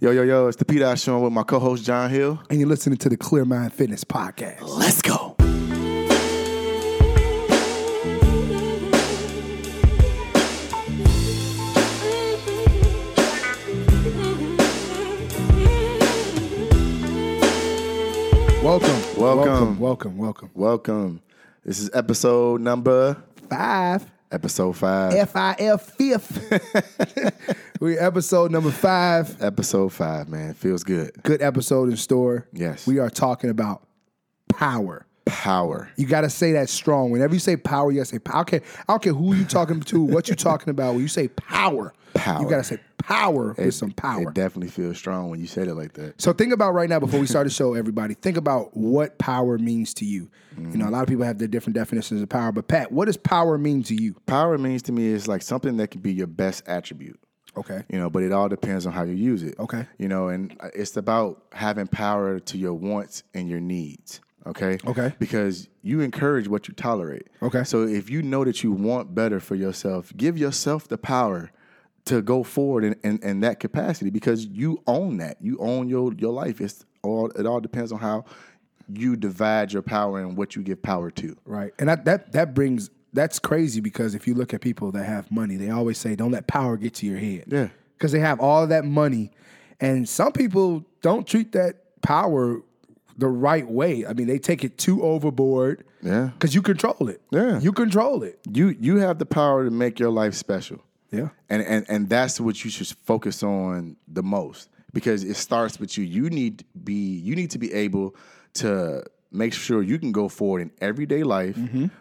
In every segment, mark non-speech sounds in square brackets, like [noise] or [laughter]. Yo, yo, yo, it's the P. Dot Show with my co host, John Hill. and you're listening to the Clear Mind Fitness Podcast. Let's go. Welcome, Welcome. welcome, welcome, welcome. Welcome. This is episode number, Five, episode five. F I L fifth. [laughs] we episode number five. episode five, man. Feels good. Good episode in store. Yes. we are talking about power. Power. You gotta say that strong. Whenever you say power, you gotta say power. I don't care, I don't care who you talking to, what you talking about. When you say power, Power. you gotta say power with some power. It definitely feels strong when you said it like that. So think about right now before we start the show, everybody. Think about what power means to you. You know, a lot of people have their different definitions of power, but Pat, what does power mean to you? Power means to me is like something that could be your best attribute. Okay. you know but it all depends on how you use it Okay. you know and uh, it's about having power to your wants and your needs okay Okay. because you encourage what you tolerate Okay. so if you know that you want better for yourself give yourself the power to go forward in, in, in that capacity because you own that you own your your life it's all it all depends on how you divide your power and what you give power to Right. And that that that brings that's crazy because if you look at people that have money, they always say don't let power get to your head. Yeah. Cuz they have all that money and some people don't treat that power the right way. I mean, they take it too overboard. Yeah. Cuz you control it. Yeah. You control it. you you have the power to make your life special Yeah. and and and that's what you should focus on the most because it starts with you. You need to be you need to be able to make sure you can go forward in everyday life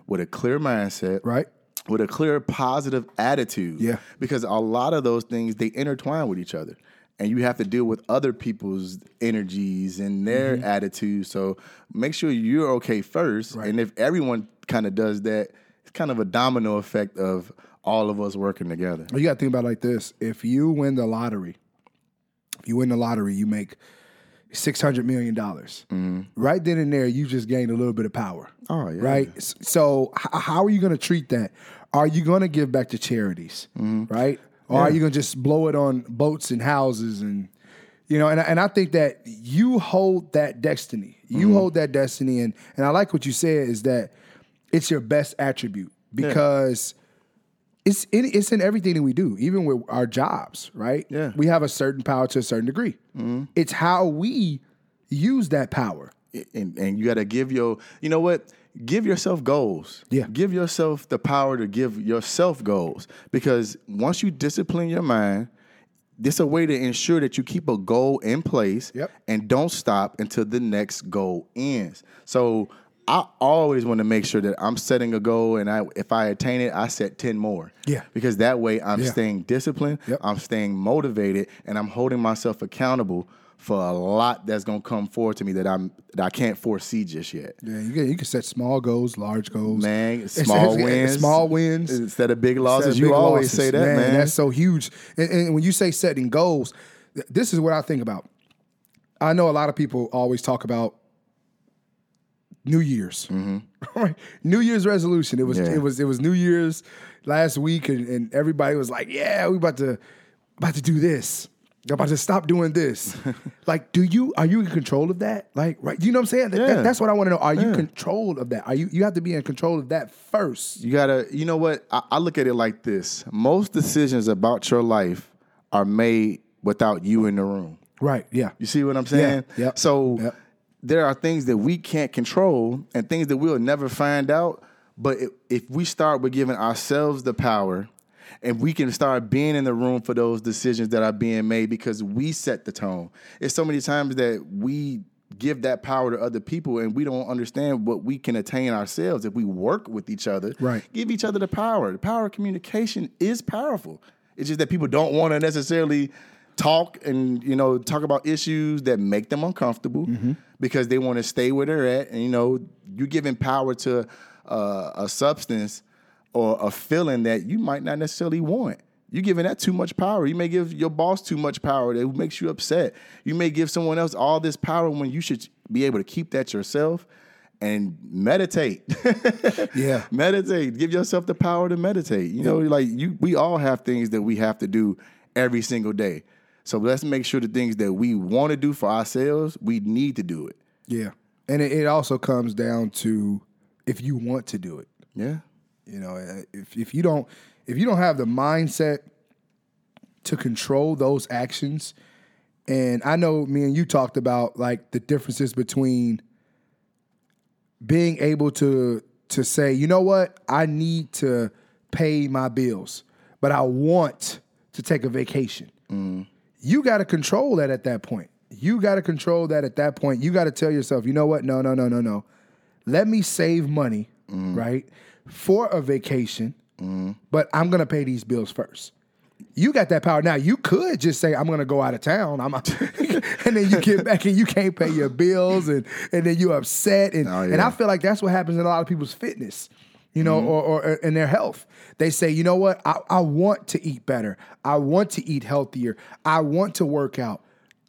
with a clear mindset, Mm-hmm. Right? With a clear positive attitude, Yeah. Because a lot of those things they intertwine with each other, and you have to deal with other people's energies and their attitudes. So make sure you're okay first, and if everyone kind of does that, it's kind of a domino effect of all of us working together. But you got to think about it like this: if you win the lottery, if you win the lottery, you make six hundred million dollars. Right then and there, you just gained a little bit of power. Mm-hmm. Oh, yeah. Right. S- So h- how are you going to treat that? Are you going to give back to charities? Mm-hmm. Right. Or are you going to just blow it on boats and houses and you know? And I- and I think that you hold that destiny. You Mm-hmm. hold that destiny, and and I like what you said is that it's your best attribute because it's in, it's in everything that we do, even with our jobs, right? Yeah. we have a certain power to a certain degree. It's how we use that power. and, and you got to give your you know what give yourself goals Yeah. give yourself the power to give yourself goals because once you discipline your mind this a way to ensure that you keep a goal in place Yep. and don't stop until the next goal ends so I always want to make sure that I'm setting a goal and I if I attain it, I set 10 more. Yeah. Because that way I'm Yeah. staying disciplined, Yep. I'm staying motivated, and I'm holding myself accountable for a lot that's gonna come forward to me that I'm that I can't foresee just yet. Yeah, you can you can set small goals, large goals, Man, It's- small it's- wins, it's small wins, instead of big instead of losses. you big always losses. say that, man. That's so huge. And, and when you say setting goals, th- this is what I think about. I know a lot of people always talk about New Year's, [laughs] Right? New Year's resolution. It was Mm-hmm. Yeah. it was it was New Year's last week, and, and everybody was like, "Yeah, we about to about to do this." They're about to stop [laughs] doing this. like, do you are you in control of that? Like, right? You know what I'm saying? That- that- Yeah. that's what I want to know. Are you controlled of that? Are you you have to be in control of that first? you gotta. You know what? I, I look at it like this: most decisions about your life are made without you in the room. Right. Yeah. You see what I'm saying? Yeah, yep, So yep. there are things that we can't control and things that we'll never find out. But if, if we start with giving ourselves the power and we can start being in the room for those decisions that are being made because we set the tone. It's so many times that we give that power to other people and we don't understand what we can attain ourselves if we work with each other. Right. Give each other the power. The power of communication is powerful. It's just that people don't want to necessarily talk and you know talk about issues that make them uncomfortable because they want to stay where they're at. And you know, you're giving power to uh, a substance or a feeling that you might not necessarily want. You're giving that too much power. You may give your boss too much power that makes you upset. You may give someone else all this power when you should be able to keep that yourself and meditate. [laughs] Yeah. meditate. Give yourself the power to meditate. You know, like you we all have things that we have to do every single day. So let's make sure the things that we want to do for ourselves, we need to do it. Yeah. And it, it also comes down to if you want to do it. Yeah. You know, uh, if if you don't if you don't have the mindset to control those actions, and I know me and you talked about like the differences between being able to to say, you know what, I need to pay my bills, but I want to take a vacation. You got to control that at that point. You got to control that at that point. You got to tell yourself, you know what? No, no, no, no, no. Let me save money, right, for a vacation, but I'm going to pay these bills first. You got that power now. You could just say, "I'm going to go out [laughs] of town," I'm, and then you get back and you can't pay your bills, and and then you upset, and Oh, and I yeah. Mm-hmm. feel like that's what happens in a lot of people's fitness, you know, or, or, or in their health. They say, you know what, I, I want to eat better. I want to eat healthier. I want to work out,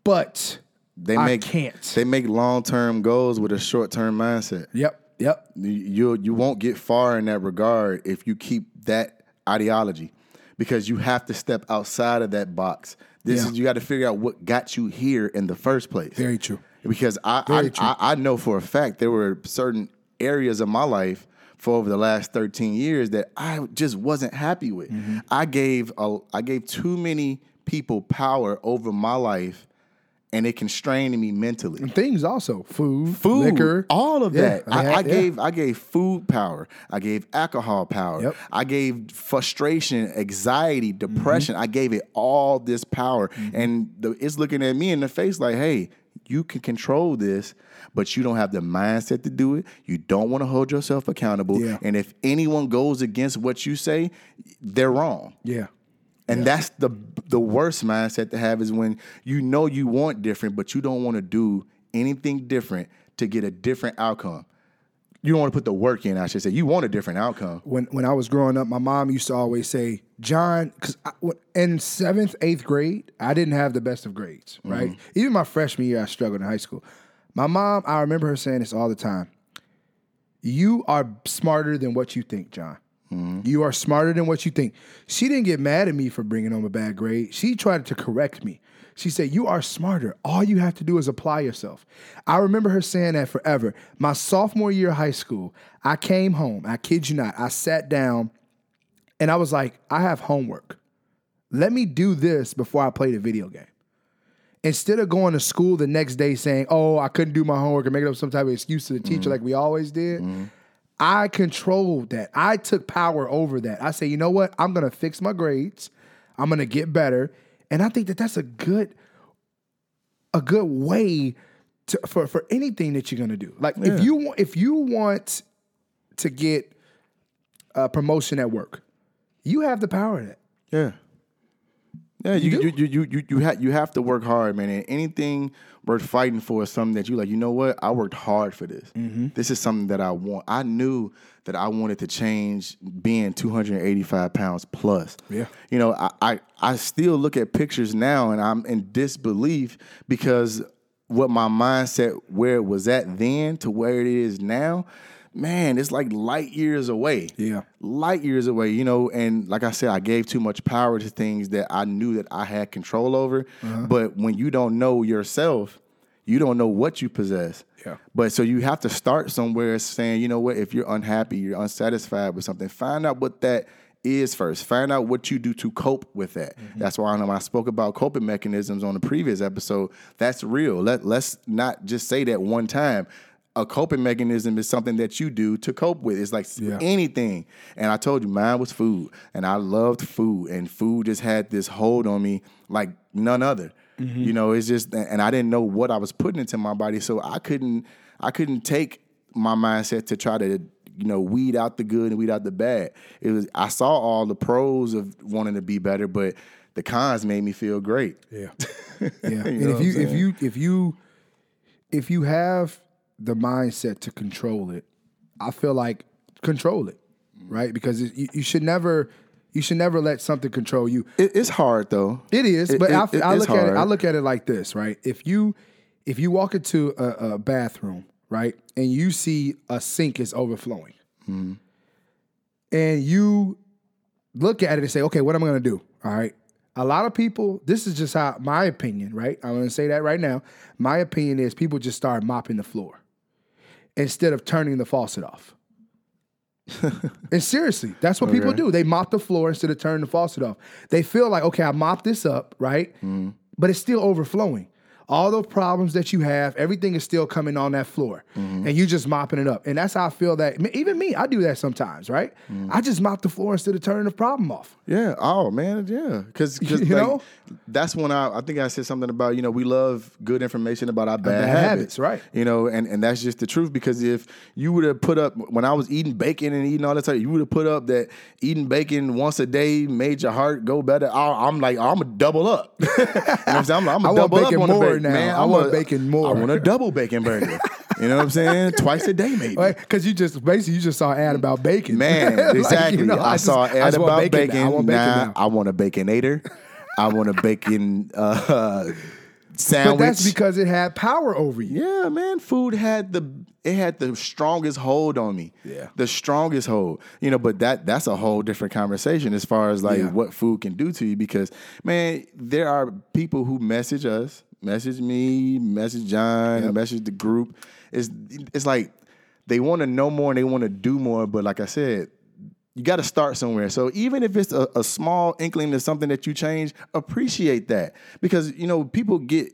but They I make can't. They make long term goals with a short term mindset. yep, yep, you you won't get far in that regard if you keep that ideology because you have to step outside of that box this Yeah. is you got to figure out what got you here in the first place Very true. because I Very I, true. I I know for a fact there were certain areas of my life for over the last 13 years that I just wasn't happy with Mm-hmm. I gave a, I gave too many people power over my life and it constrained me mentally things also food, food, liquor, all of Yeah, that. I, had- I yeah. gave I gave food power. I gave alcohol power. Yep. I gave frustration, anxiety, depression. Mm-hmm. I gave it all this power, and the, it's looking at me in the face like, "Hey, you can control this, but you don't have the mindset to do it. You don't want to hold yourself accountable. Yeah. And if anyone goes against what you say, they're wrong." yeah, And that's the the worst mindset to have is when you know you want different, but you don't want to do anything different to get a different outcome. You don't want to put the work in, I should say. You want a different outcome. when when I was growing up, my mom used to always say, "John," because in seventh, eighth grade, I didn't have the best of grades. Right, even my freshman year, I struggled in high school. My mom, I remember her saying this all the time: "You are smarter than what you think, John. You are smarter than what you think." She didn't get mad at me for bringing home a bad grade. She tried to correct me. She said, "You are smarter. All you have to do is apply yourself." I remember her saying that forever. My sophomore year of high school, I came home. I kid you not. I sat down and I was like, I have homework. Let me do this before I play the video game. Instead of going to school the next day saying, oh, I couldn't do my homework and making up some type of excuse to the teacher like we always did, I controlled that. I took power over that. I say, you know what? I'm going to fix my grades. I'm going to get better. And I think that that's a good a good way to, for for anything that you're going to do. Like if you want if you want to get a promotion at work, you have the power of that. Yeah. Yeah, you you you you you you, ha- you have to work hard, man. And anything worth fighting for is something that you like. You know what? I worked hard for this. Mm-hmm. This is something that I want. I knew that I wanted to change being 285 pounds plus. Yeah. you know, I I, I still look at pictures now and I'm in disbelief because what my mindset where it was at then to where it is now. Man, it's like light years away Yeah. light years away, you know. And like I said, I gave too much power to things that I knew that I had control over. Uh-huh. But when you don't know yourself, you don't know what you possess. Yeah. But so you have to start somewhere saying, you know what, if you're unhappy, you're unsatisfied with something, find out what that is first. Find out what you do to cope with that. Mm-hmm. That's why I know I spoke about coping mechanisms on the previous episode. That's real. Let let's not just say that one time. A coping mechanism is something that you do to cope with. It's like s- Yeah. anything. And I told you mine was food. And I loved food. And food just had this hold on me like none other. You know, it's just and I didn't know what I was putting into my body. So I couldn't I couldn't take my mindset to try to, you know, weed out the good and weed out the bad. It was I saw all the pros of wanting to be better, but the cons made me feel great. [laughs] Yeah. Yeah. and know if what I'm you if saying? you if you if you have the mindset to control it, I feel like control it, right? Because it, you, you should never you should never let something control you. It, it's hard though. It is, but it- I, it- I it's look at it. I hard. look at it like this, right? If you if you walk into a, a bathroom, right, and you see a sink is overflowing, Mm-hmm. and you look at it and say, "Okay, what am I going to do?" All right, a lot of people, this is just how my opinion, right? I'm gonna say that right now. My opinion is people just start mopping the floor instead of turning the faucet off. and seriously, that's what people Okay. do. They mop the floor instead of turning the faucet off. They feel like, okay, I mopped this up, right? Mm-hmm. But it's still overflowing. All the problems that you have, everything is still coming on that floor, Mm-hmm. and you just mopping it up. And that's how I feel that even me, I do that sometimes, right? Mm-hmm. I just mop the floor instead of turning the problem off. Yeah. Oh man. Yeah. Because [laughs] You know? that's when I I think I said something about you know we love good information about our bad, bad habits, habits, right. You know, and and that's just the truth because if you would have put up when I was eating bacon and eating all that stuff, you would have put up that eating bacon once a day made your heart go better. I, I'm like I'm a double up. [laughs] you know what I'm saying? I'm, I'm a [laughs] I want double bacon up on the more bacon now. man. I want a- bacon more. I want a double bacon burger. you know what I'm saying? Twice [laughs] a day maybe. Because you just basically you just saw an ad about bacon. Man, [laughs] Like, you exactly. know, I, just- saw I an just ad want about bacon. now. I want bacon Nah, now. I want a baconator. I want a bacon uh, [laughs] sandwich. But that's because it had power over you. yeah, man, food had the it had the strongest hold on me. Yeah. the strongest hold. You know, but that that's a whole different conversation as far as like Yeah. what food can do to you. Because man, there are people who message us, message me, message John, message the group. It's it's like they want to know more and they want to do more. But like I said, you got to start somewhere. So even if it's a, a small inkling of something that you change, appreciate that because you know people get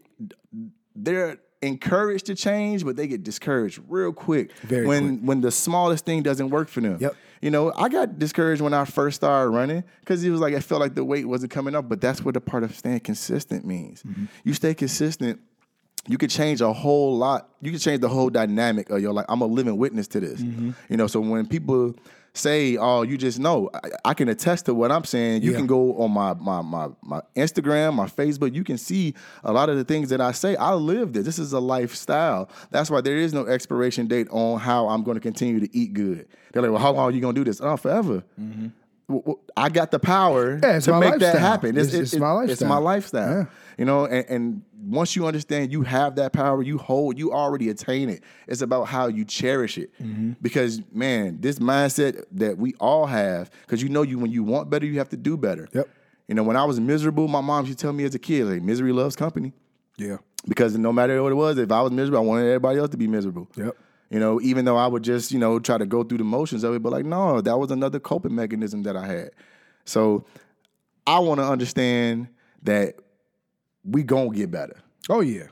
they're encouraged to change, but they get discouraged real quick Very when when the smallest thing doesn't work for them. Yep. You know, I got discouraged when I first started running because it was like I felt like the weight wasn't coming up. But that's what the part of staying consistent means. Mm-hmm. You stay consistent you could change a whole lot. You could change the whole dynamic of your life. I'm a living witness to this. Mm-hmm. You know, so when people say, "Oh, you just know," I, I can attest to what I'm saying. You Yeah. can go on my my my my Instagram, my Facebook. You can see a lot of the things that I say. I live this. This is a lifestyle. That's why there is no expiration date on how I'm going to continue to eat good. They're like, "Well, how long are you going to do this?" Oh, forever. W- w- I got the power Mm-hmm. Yeah, it's to my make that lifestyle. happen. It's- it's my It's my lifestyle. lifestyle. You know, and, and once you understand you have that power, you hold, you already attain it. It's about how you cherish it. Because man, this mindset that we all have, because you know you when you want better, you have to do better. Yep. You know, when I was miserable, my mom used to tell me as a kid, like misery loves company. Yeah. Because no matter what it was, if I was miserable, I wanted everybody else to be miserable. Yep. You know, even though I would just, you know, try to go through the motions of it, but like, no, that was another coping mechanism that I had. So I want to understand that we gonna get better. Oh yeah.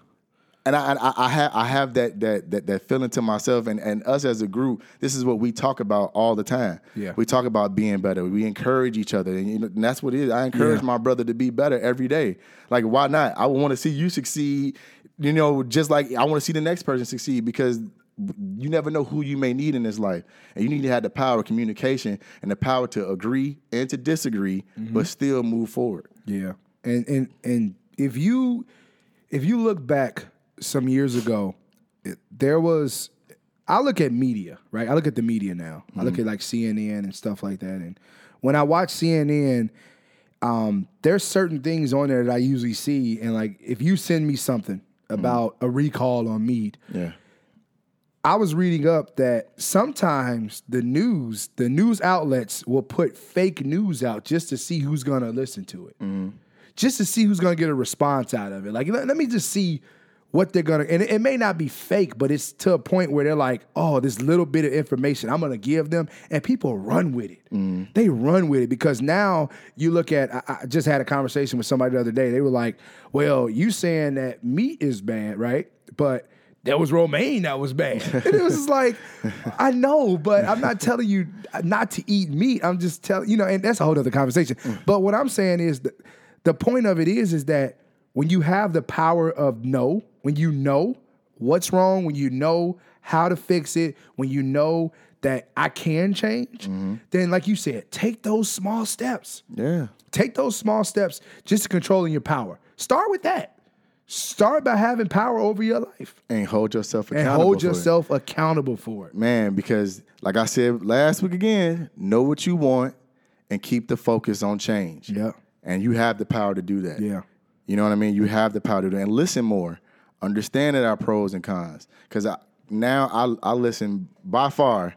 And I, I, I have I have that that that that feeling to myself and, and us as a group. This is what we talk about all the time. Yeah. we talk about being better. We encourage each other, and, you know, and that's what it is. I encourage my brother to be better every day. Like, why not? I want to see you succeed. You know, just like I want to see the next person succeed because you never know who you may need in this life, and you need to have the power of communication and the power to agree and to disagree, Mm-hmm. but still move forward. Yeah. And and and if you if you look back some years ago, it, there was I look at media, right? I look at the media now. I look at like CNN and stuff like that and when I watch CNN um, there's certain things on there that I usually see and like if you send me something about a recall on mead, Yeah, I was reading up that sometimes the news, the news outlets will put fake news out just to see who's gonna listen to it, just to see who's gonna get a response out of it. Like, let, let me just see what they're gonna. And it, it may not be fake, but it's to a point where they're like, "Oh, this little bit of information I'm gonna give them," and people run with it. They run with it because now you look at. I, I just had a conversation with somebody the other day. They were like, "Well, you saying that meat is bad, right?" But that was romaine that was bad. And it was just like, I know, but I'm not telling you not to eat meat. I'm just telling you know, and that's a whole other conversation. But what I'm saying is th- the point of it is is that when you have the power of no, when you know what's wrong, when you know how to fix it, when you know that I can change, then like you said, take those small steps. yeah. Take those small steps just to controlling your power. Start with that. Start by having power over your life And hold yourself and accountable. hold for it. yourself accountable for it. man, because like I said last week again, know what you want and keep the focus on change. Yeah. And you have the power to do that. Yeah. You know what I mean? You have the power to do it. And listen more. Understand that our pros and cons. Cause I now I I listen by far.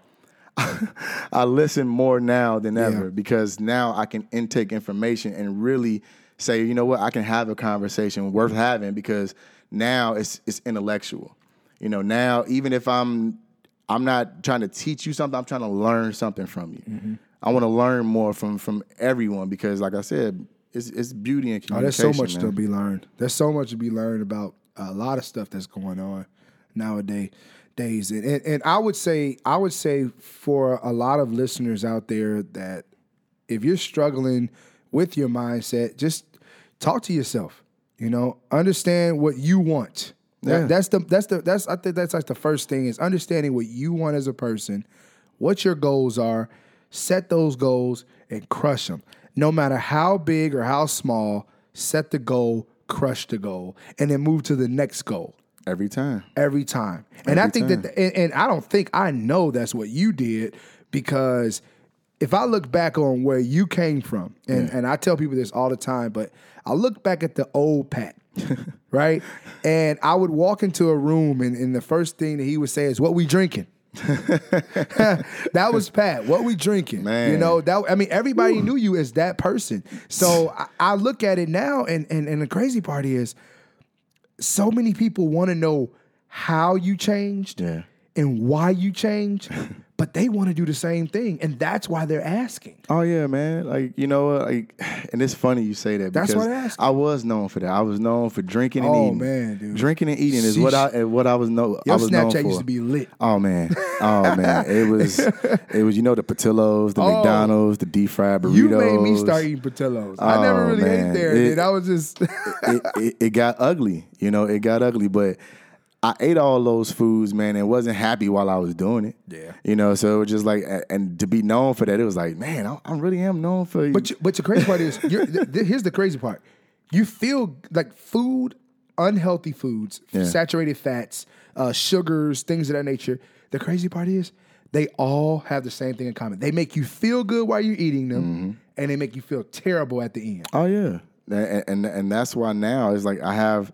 I listen more now than ever because now I can intake information and really say, you know what, I can have a conversation worth having because now it's it's intellectual. You know, now even if I'm I'm not trying to teach you something, I'm trying to learn something from you. Mm-hmm. I want to learn more from from everyone because like I said, it's it's beauty and Oh, there's communication. so much man. to be learned. There's so much to be learned about a lot of stuff that's going on nowadays. Days and, and and I would say I would say for a lot of listeners out there that if you're struggling with your mindset, just talk to yourself. You know, understand what you want. That- Yeah. that's the that's the that's I think that's like the first thing is understanding what you want as a person, what your goals are, set those goals and crush them. No matter how big or how small, set the goal, crush the goal, and then move to the next goal every time. every time. And I Every think that, and, and I don't think I know that's what you did because if I look back on where you came from, and, and I tell people this all the time, but I look back at the old Pat, [laughs] right? And I would walk into a room, and, and the first thing that he would say is, What we drinking? [laughs] that was Pat. What we drinking? You Man. know, know, that I mean everybody knew you as that person. [laughs] So I, I look at it now and, and and the crazy part is so many people want to know how you changed Yeah. and why [laughs] you changed, but they want to do the same thing. And that's why they're asking. Oh yeah, man. Like you know, what, like, [sighs] and it's funny you say that. That's because what I asked. I was known for that. I was known for drinking and Oh, eating. man, dude. Drinking and eating is Sheesh. what I and what I was know. I Your was known Snapchat used for. to be lit. Oh man, oh [laughs] man, it was it was you know the patillos, the Oh. McDonald's, the deep fried burritos. You made me start eating Patillos. I never Oh, really ate man. there. It- dude. I was just [laughs] it, it, it got ugly. You know, it got ugly. But I ate all those foods, man, and wasn't happy while I was doing it. Yeah. You know, so it was just like, a- and to be known for that, it was like, man, I, I really am known for. But you, but the crazy part is, you're, th- th- here's the crazy part: you feel like food, unhealthy foods, saturated fats, uh, sugars, things of that nature. The crazy part is, they all have the same thing in common: they make you feel good while you're eating them, Mm-hmm. and they make you feel terrible at the end. Oh yeah, and, and and that's why now it's like I have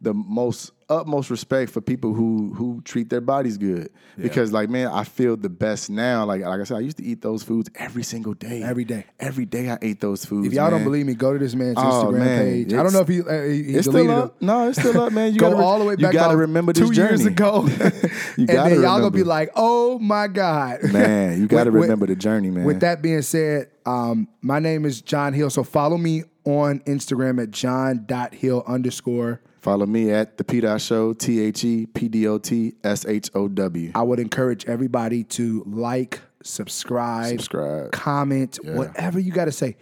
the most utmost respect for people who who treat their bodies good because like man, I feel the best now. Like like I said, I used to eat those foods every single day. Every day. every day I ate those foods. If y'all don't man. believe me, go to this man's Oh, Instagram man, page. I don't it's- know if he, uh, he, he it's deleted still them. up. No, it's still up, man. You [laughs] go gotta, all the way back. You got to about remember two this journey. years ago. You and then gotta y'all gonna be remember. like, "Oh my god, [laughs] [laughs] Man, you With- got to with- remember the journey, man. With that being said, um, my name is John Hill. So follow me on Instagram at john.hill underscore. Follow me at the P Dot Show. T H E P D O T S H O W. I would encourage everybody to like, subscribe, Subscribe. comment, whatever you got to say.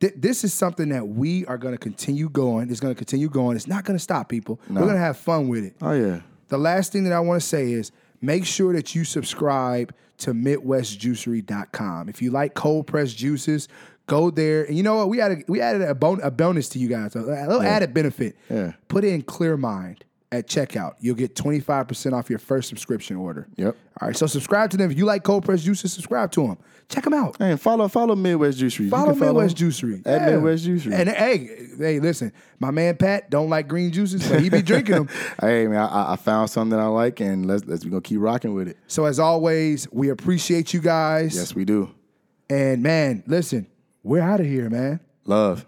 Th- this is something that we are going to continue going. It's going to continue going. It's not going to stop people. We're going to have fun with it. Oh yeah. The last thing that I want to say is make sure that you subscribe to MidwestJuicery.com. If you like cold pressed juices, go there. And you know what? We added we added a, bon- a bonus to you guys, a little added benefit. Yeah. Put in Clear Mind at checkout. You'll get 25% off your first subscription order. Yep. All right. So subscribe to them. If you like cold pressed juices, subscribe to them. Check them out. Hey, follow follow Midwest Juicery. You Follow can Midwest Juicery. At Yeah. Midwest Juicery. And hey, hey, listen, my man Pat don't like green juices, but he be [laughs] drinking them. hey man, I, I found something I like, and let's let's we gonna keep rocking with it. So as always, we appreciate you guys. Yes, we do. And man, listen, we're out of here, man. Love.